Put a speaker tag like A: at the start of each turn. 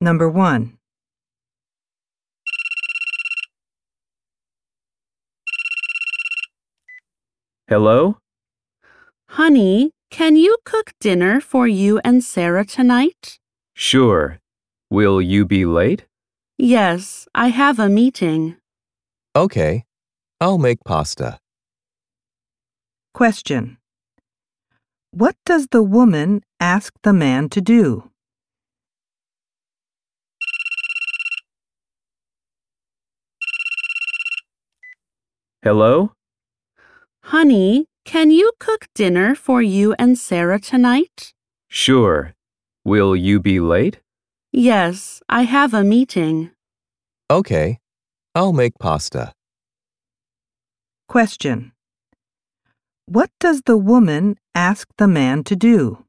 A: Number 1.
B: Hello?
C: Honey, can you cook dinner for you and Sarah tonight?
B: Sure. Will you be late?
C: Yes, I have a meeting.
D: Okay, I'll make pasta.
A: Question. What does the woman ask the man to do?
B: Hello?
C: Honey, can you cook dinner for you and Sarah tonight?
B: Sure. Will you be late?
C: Yes, I have a meeting.
D: Okay, I'll make pasta.
A: Question. What does the woman ask the man to do?